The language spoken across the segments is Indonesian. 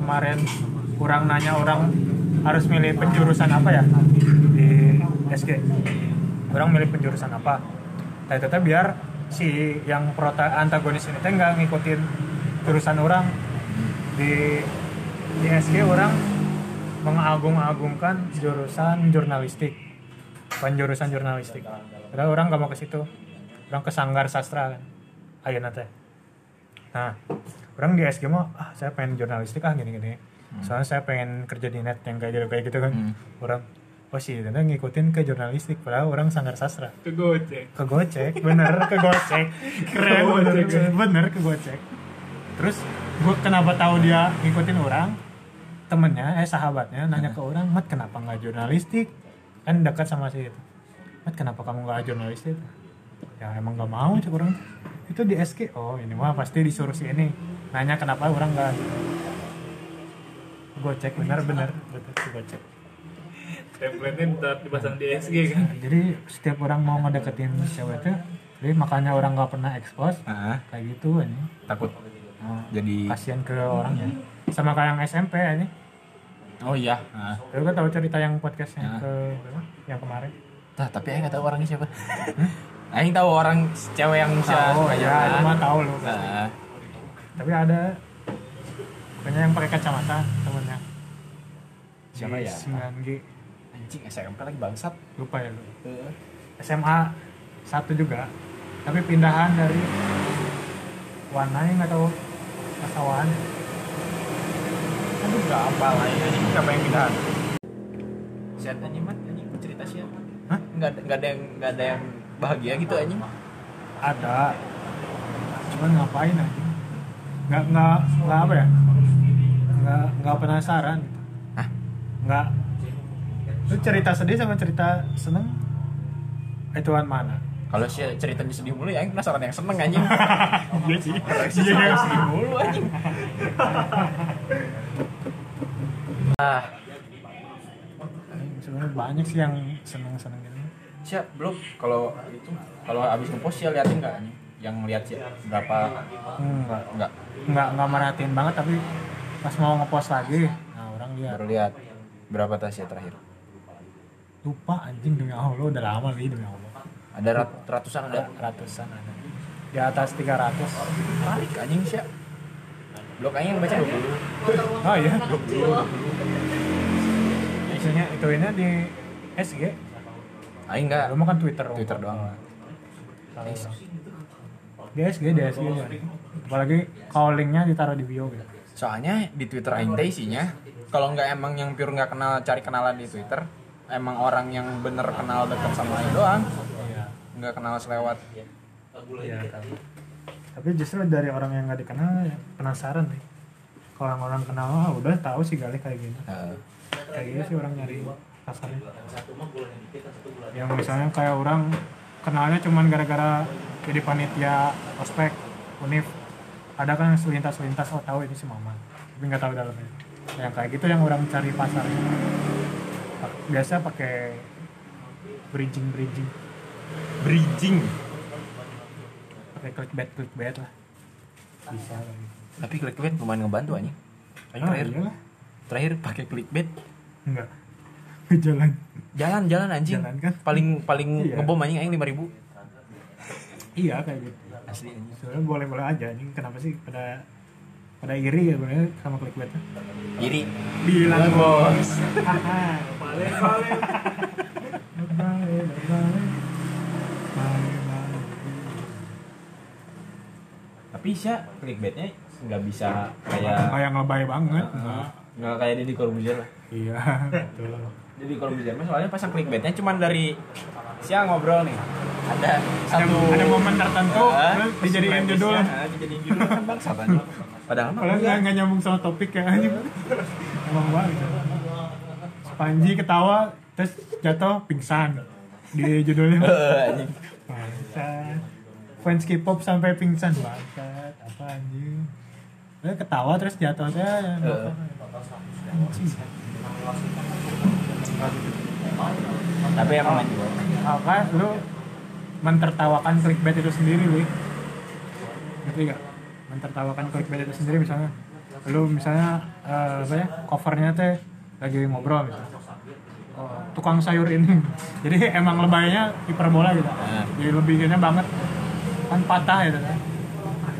kemarin kurang nanya orang harus milih penjurusan apa ya di SG orang milih penjurusan apa tapi tetap biar si yang prota antagonis ini teh nggak ngikutin jurusan orang di di SG orang mengagung-agungkan jurusan jurnalistik bukan jurusan jurnalistik padahal orang nggak mau ke situ orang ke sanggar sastra kan ayo teh nah orang di SG mah ah saya pengen jurnalistik ah gini-gini soalnya saya pengen kerja di net yang kayak gitu kayak gitu kan orang oh sih ternyata ngikutin ke jurnalistik padahal orang sanggar sastra Ke Gojek. ke Gocek bener ke Gocek keren Ke bener, Gocek, ya. bener ke Gocek terus gue kenapa tahu dia ngikutin orang temennya eh sahabatnya nanya ke orang mat kenapa nggak jurnalistik kan dekat sama si itu mat kenapa kamu nggak jurnalistik ya emang nggak mau cek orang itu di SK oh ini mah pasti disuruh si ini nanya kenapa orang nggak Gocek bener bener betul ke Gocek Template-nya tetap dipasang di SG kan. jadi setiap orang mau ngedeketin cewek tuh jadi makanya orang nggak pernah expose Ah, kayak gitu ini takut jadi kasihan ke orangnya sama kayak yang SMP ini oh iya ah. lu kan tahu cerita yang podcastnya Nah. ke yang kemarin Tah, tapi Aing nggak tahu orangnya siapa Aing tahu orang cewek yang saya oh Iya, suka juga. ya cuma tahu lu Nah, tapi ada banyak yang pakai kacamata temennya Siapa ya? 9 G anjing SMP lagi bangsat lupa ya lu SMA satu juga tapi pindahan dari warnanya nggak tahu kasawan aduh gak apa lah ya anjing siapa yang pindahan siapa anjing mat anjing cerita siapa Hah? nggak ada- nggak ada yang nggak ada yang bahagia gitu anjing ada cuman ngapain aja nggak nggak nggak apa ya nggak nggak penasaran gitu. Hah? nggak lu cerita sedih sama cerita seneng ituan mana kalau si ceritanya sedih mulu ya Aing penasaran yang seneng anjing iya sih Iya yang sedih mulu anjing ah sebenarnya banyak sih yang seneng seneng gitu siap belum kalau itu kalau habis ngepost ya liatin nggak anjing yang lihat sih berapa enggak enggak nggak nggak merhatiin banget tapi pas mau ngepost lagi nah orang lihat baru lihat berapa tas ya terakhir lupa anjing demi allah udah lama nih demi allah ada rat- ratusan ada ratusan ada di atas 300 tarik anjing sih blog anjing yang baca 20 oh iya Isinya Iya, itu ini di SG. Aing enggak Lu mah kan Twitter. Twitter doang. Kalau- Di SG, di SG ya. Apalagi kalau linknya ditaruh di bio gitu. Soalnya di Twitter aing teh isinya kalau nggak emang yang pure nggak kenal cari kenalan di Twitter, emang orang yang bener kenal deket sama aing doang, Iya. nggak kenal selewat. Iya. Tapi justru dari orang yang nggak dikenal ya, penasaran nih. Kalau orang-orang kenal, wah udah tahu sih galih kayak gitu. gini. Heeh. Kayak gini sih orang nyari pasarnya. Yang misalnya kayak orang kenalnya cuman gara-gara jadi panitia ospek univ ada kan yang selintas-selintas oh tahu ini si mama tapi nggak tahu dalamnya yang kayak gitu yang orang cari pasar biasa pakai bridging bridging Bridging. pakai clickbait clickbait lah bisa lah gitu. Tapi clickbait lumayan ngebantu anjing. Aing Oh, terakhir iyalah. terakhir pakai clickbait enggak jalan jalan jalan anjing Jalan, kan? paling paling Iya. ngebom anjing aing lima ribu iya kayak gitu asli anjing sebenarnya boleh boleh aja anjing kenapa sih pada pada iri ya sebenarnya sama clickbaitnya iri bilang bos Haha. Paling paling. Bye, bye, bye. Bye, bye. tapi sih clickbaitnya nggak bisa kayak kayak ngebay banget Heeh, nggak kayak Deddy Corbuzier lah iya betul Deddy Corbuzier mah soalnya pasang clickbaitnya cuman dari siang ngobrol nih Eh, ada ada, satu ada momen tertentu Heeh, terus dijadiin premisnya, judul heeh, dijadiin judul kan bangsat anjing padahal mah Padahal nggak nggak nyambung sama topik ya anjing. Emang banget. Panji ketawa terus jatuh pingsan di judulnya. Eh, anjing Bangsat. Fans K-pop sampai pingsan bangsat. Apa anjing? Dia ketawa terus jatuh ya. Heeh. Anjing. tapi Oh. emang anjing Apa lu mentertawakan clickbait itu sendiri, Wi? Ngerti nggak? Mentertawakan clickbait itu sendiri misalnya. lu misalnya eh, apa ya covernya teh lagi ngobrol gitu Oh, tukang sayur ini jadi emang lebaynya hiperbola gitu jadi lebihnya banget kan patah gitu kan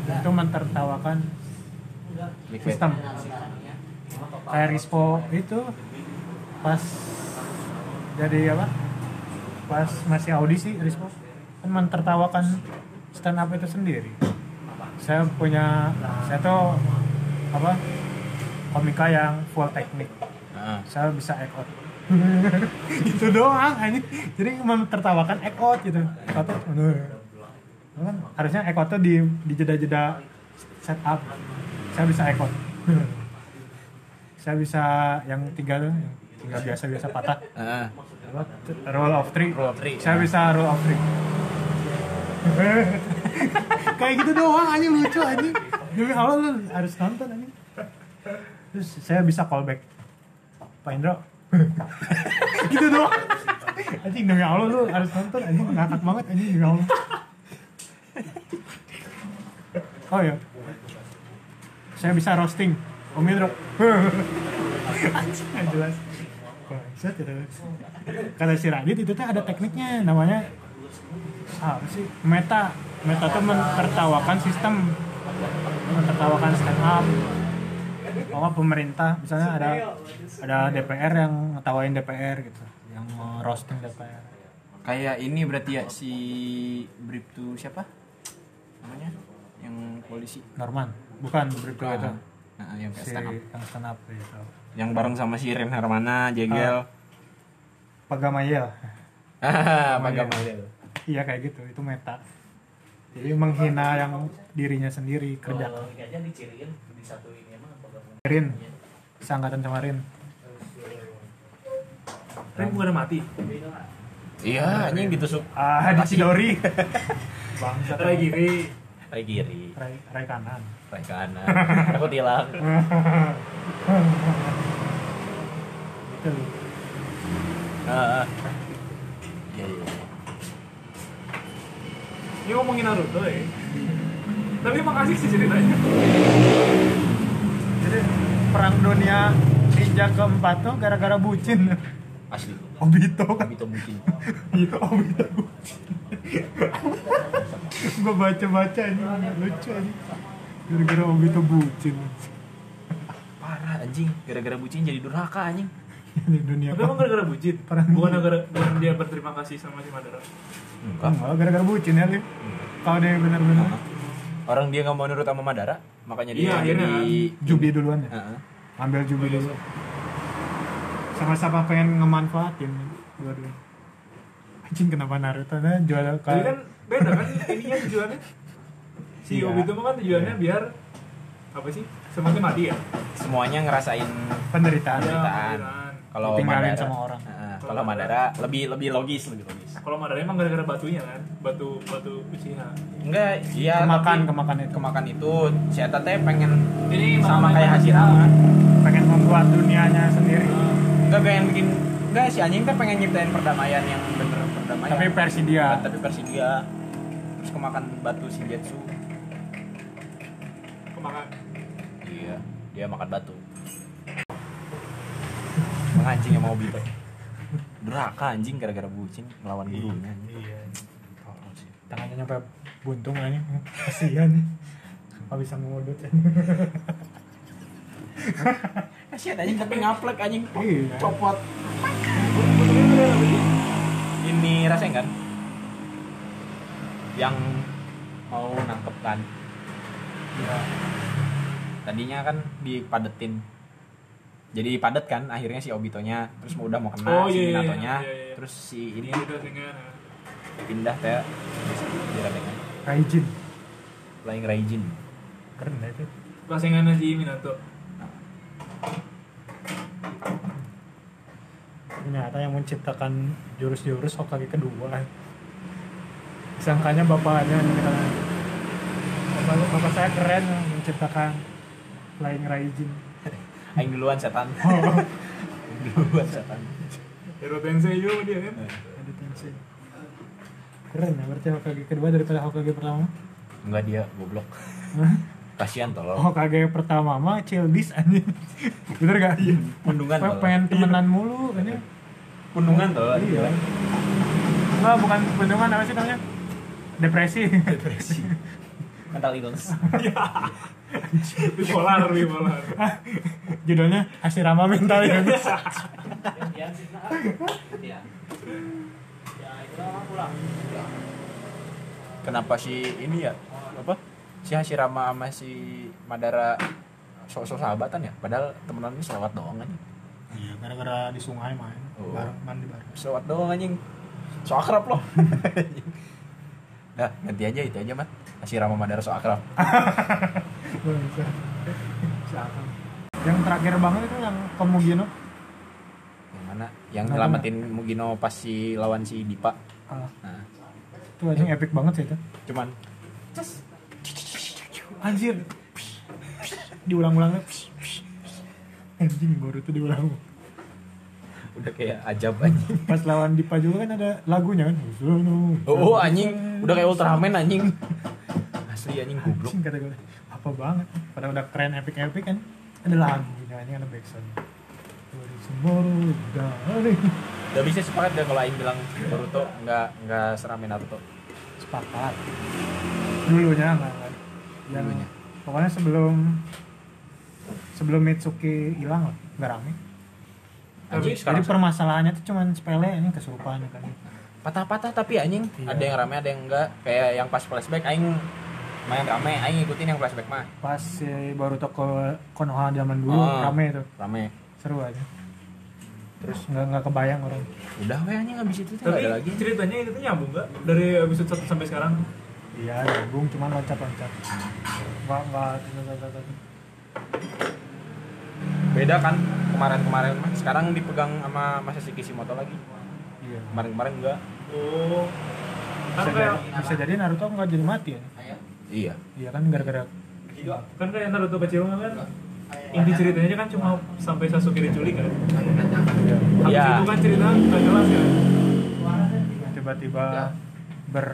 itu mentertawakan Clickbait. sistem kayak Rispo itu pas jadi apa pas masih audisi Rispo kan mentertawakan stand up itu sendiri saya punya saya tuh apa komika yang full teknik Eh, Heeh. saya bisa act out gitu doang ini jadi mentertawakan act out gitu act out tuh, kan harusnya act out tuh di di jeda-jeda set up saya bisa act out saya bisa yang tiga tuh yang tiga biasa-biasa patah eh. Heeh. roll of three Roll of three, saya bisa roll of three kayak gitu doang anjing lucu anjing demi Allah lu harus nonton anjing terus saya bisa callback Pak Indro gitu doang anjing demi Allah lu harus nonton anjing ngakak banget anjing demi Allah oh ya saya bisa roasting Om Indro anjing nggak jelas saya tidak kata si Radit itu tuh ada tekniknya namanya ah, apa sih meta meta tuh mentertawakan sistem mentertawakan stand up bahwa Oh, pemerintah misalnya ada ada DPR yang ngetawain DPR gitu yang roasting DPR Kayak ini berarti ya si Brip tuh siapa? Namanya? Yang polisi. Norman bukan berikut itu Ah, Heeh. Heeh, yang kayak si stand up. yang stand up gitu Yang bareng sama si Ren Hermana, Jegel. Pagamayel Ah, Pak Gamal. iya kayak gitu itu meta jadi menghina yang dirinya sendiri kerja Oh, ini aja diciriin di satu ini emang apa gabung Rin seangkatan sama Rin Tapi bukan mati. Iya, anjing ditusuk. ah di Sidori bangsa Rai kiri. Rai kiri, Rai, rai kanan rai kanan. Aku tilang. itu Ah, Heeh. Iya, iya. Ini ngomongin Naruto ya. Tapi emang asik sih ceritanya. jadi perang dunia ninja keempat tuh gara-gara bucin Asli. Obito kan Kami tuh bucin. iya Obito bucin gue baca-baca ini lucu aja gara-gara Obito bucin Parah anjing, gara-gara bucin jadi durhaka anjing. ini dunia Tapi emang gara-gara bucin. Perang. Bukan gara bukan dia berterima kasih sama si Madara. Enggak, gara-gara bucin ya Lim kalau dia benar-benar Orang dia nggak mau nurut sama Madara, makanya dia Iya, jadi Ah, akhirnya. Jubi duluan ya Heeh. ambil Jubi dulu sama-sama pengen ngemanfaatin dua-duanya anjing kenapa Naruto nah jual Jadi ke kan beda kan ininya tujuannya. Si Iya. Obito mah kan tujuannya biar apa sih? Semakin mati ya. Semuanya ngerasain penderitaan Iya. penderitaan. Kalau Ditinggalin Madara sama orang. Heeh, kalau Madara lebih lebih logis, lebih logis. Kalau Madara emang gara-gara batunya kan, batu batu Uchiha. Enggak, Ya, iya kemakan tapi- kemakan itu kemakan itu si Eta teh pengen Ini sama makanya kayak Hashirama. Hashirama pengen membuat dunianya sendiri Eh, enggak pengen bikin enggak si anjing teh pengen nyiptain perdamaian yang bener perdamaian Iya, tapi versi dia tapi versi dia terus kemakan batu Shinjetsu Kemakan. iya dia makan batu mengancing sama Obito durhaka anjing gara-gara bucin melawan gurunya iya tangannya nyampe buntung aja kasihan nggak bisa mengudut kasihan anjing tapi ngaplek anjing Iya. copot ini rasanya kan yang mau nangkep kan Iya. tadinya kan dipadetin jadi padet kan akhirnya si Obitonya terus udah mau kena Oh, si iya, iya, Minatonya iya, iya. terus si ini Ini kita dengan pindah teh diradengan Raijin Flying Raijin keren ya itu pasangan si Minato. ternyata yang menciptakan jurus-jurus Hokage kedua sangkanya bapaknya menciptakan bapak, bapak saya keren menciptakan Flying Raijin Aing duluan setan Oh. Aing duluan setan Hero Tensei juga dia kan. ada tensi keren ya berarti Hokage kedua daripada Hokage pertama enggak dia goblok kasihan tolong Oh kage pertama mah Cildis anjing. Bener gak? Iya. Pundungan tolong. Pengen temenan mulu kayaknya. pundungan tolong Iya. Enggak, bukan bendungan apa sih namanya? Depresi. depresi mental illness bipolar bipolar Judulnya Hasirama Mental ya. yang sih nah ya ya itu lah pulang kenapa si ini ya apa si Hashirama sama si Madara sok-sok sahabatan ya padahal temenannya selewat doang aja Iya, gara-gara di sungai main. Oh. Bareng mandi bareng. selewat doang anjing so akrab loh dah ganti aja itu aja mat Hashirama Madara so akrab Yang terakhir banget itu yang Komugino yang mana yang nyelamatin Mugino pas si lawan si Dipa kalah. nah Itu anjing Ah. epic banget sih itu. cuman Anjir. Diulang-ulangnya. Anjing baru itu diulang. udah kayak ajab anjing Pas lawan Dipa juga kan ada lagunya kan. oh, oh, anjing udah kayak Ultraman anjing asli anjing goblok Anjing kata gue. Apa banget. Padahal udah keren epic-epic kan. Ada lagunya kan anjing ada backsound. Dari semua dari udah bisa sepakat deh kalau Aing bilang Boruto nggak nggak seramai Naruto sepakat. Dulunya enggak kan. Yang Dulunya. pokoknya sebelum sebelum Mitsuki hilang lah, nggak rame. anjing Jadi sekarang permasalahannya tuh cuman sepele ini kesurupan kan. patah-patah tapi anjing Iya. ada yang rame ada yang enggak kayak yang pas flashback Aing main rame Aing ngikutin yang flashback mah Pas si baru toko Konoha zaman dulu Oh. rame itu. rame Seru aja. Terus nggak nggak kebayang orang. udah weh anjing abis itu tuh nggak tapi ada lagi ceritanya itu nyambung nggak dari episode satu sampai sekarang Iya, gabung cuman loncat-loncat. Nggak nggak nggak- nggak- nggak- beda kan kemarin-kemarin mah sekarang dipegang sama Masashi Kishimoto lagi Iya. kemarin-kemarin enggak oh kan Bisa kayak jadi, bisa jadi Naruto nggak jadi mati ya. iya Iya kan gara-gara kan kayak Naruto kecil kan inti ceritanya kan cuma sampai Sasuke diculik kan habis Iya. itu kan cerita nggak jelas kan Ya. tiba-tiba ber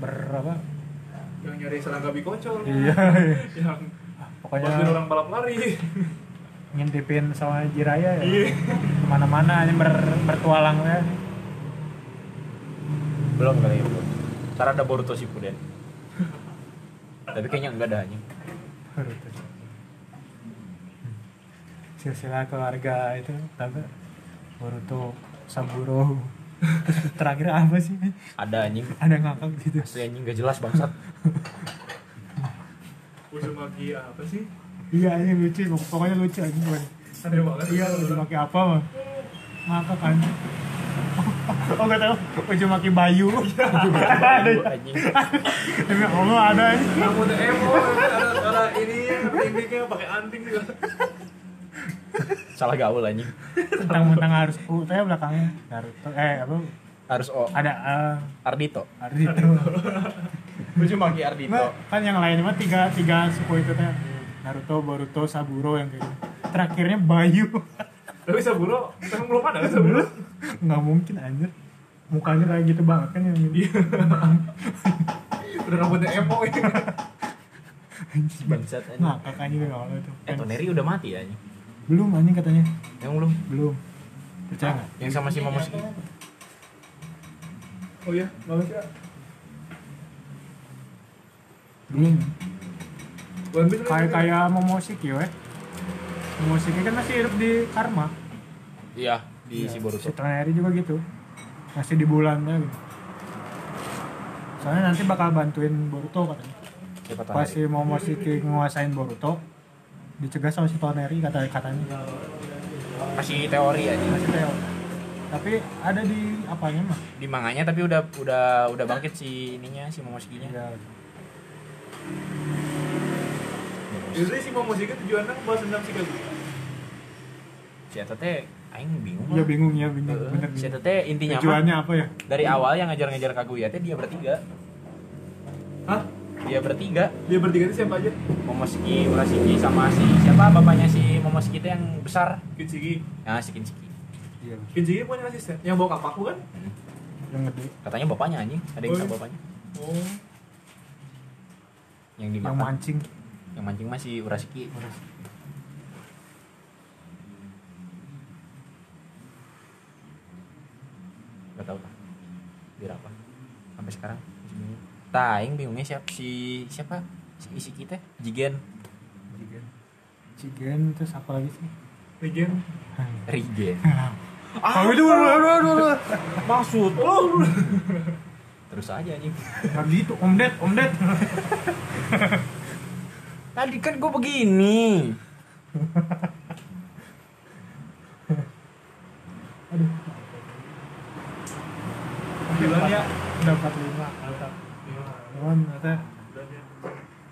ber apa? yang nyari serangga bikocol Iya. yang Pokoknya Pokoknya orang balap lari. ngintipin sama Jiraya ya. Iya. Kemana-mana ini ber, bertualang ya. belum kali ya belum ntar ada Boruto Shippuden tapi kayaknya enggak ada anjing Naruto. Silsilah keluarga itu tapi Boruto, Saburo. Terus terakhir apa sih? ada anjing Ada ngakak gitu. asli anjing gak jelas bangsat Uzumaki apa sih? Iya, ini lucu. Pokoknya lucu aja gue. Aneh banget. Iya, udah pakai apa mah? Ngakak kan. Oh, gak tau. Ujung maki Bayu. Ada. anjing Demi Allah ada ini. Kamu tuh emo, ada ada ini remake-nya pakai anting juga. salah gaul anjing Tentang-tentang harus U, saya belakangnya Naruto. Eh, apa? harus O Ada Ardito A, Naruto. gue cuma pakai Ardito Nah, kan yang lain mah tiga tiga suku itu kan Naruto, Boruto, Saburo yang kayak gitu. Terakhirnya Bayu. Tapi Saburo, emang belum ada kan Saburo? Nggak mungkin anjir. Mukanya kayak gitu banget kan yang ini. Udah rambutnya emo ya. ini. bangsat anjing Nah, kakaknya juga awalnya itu. eh Toneri udah mati ya anjing Belum anjing katanya. yang belum Belum. Percaya nggak? yang sama si Momoshiki Iya. Oh iya, bagus ya. Belum. One Piece Kayak kayak Momoshiki we. Momoshiki kan masih hidup di karma. iya di si Si Boruto Toneri juga gitu. Masih di bulannya gitu. Soalnya nanti bakal bantuin Boruto katanya. siapa Pas Toneri si Momoshiki nguasain Boruto, dicegah sama si Toneri kata katanya. masih teori anjing Masih Teo. Tapi ada di apanya mah? di manganya tapi udah udah udah bangkit si ininya si Momoshiki-nya Iya. Justru si mau musik tujuannya bahas tentang si Kaguya. si Eta teh aing bingung Ya lah. bingung ya bingung. Heeh, Bener si bingung. Eta teh intinya mah Tujuannya apa ya? dari awal yang ngejar-ngejar Kaguya teh dia bertiga Hah? dia bertiga Dia bertiga itu siapa aja? Momoshiki, Urashiki sama si siapa bapaknya si Momoshiki itu yang besar Kichigi. nah si Kinshiki Iya. Kichigi punya asisten. Yang bawa kapaku kan? Hmm. Yang gede. katanya bapaknya iya. anjing ada yang Oh, tahu iya. bapaknya Oh. yang di Yang mata mancing. yang mancing masih Urasiki nggak tahu lah biar apa sampai sekarang masih bingung. Taing bingungnya siapa si siapa si isi kita Jigen Cigen terus apa lagi sih? Legend Rigen Ah, itu maksud terus aja anjing Gak gitu, Om Ded, Om Ded. tadi kan gue begini bilang ya Dapat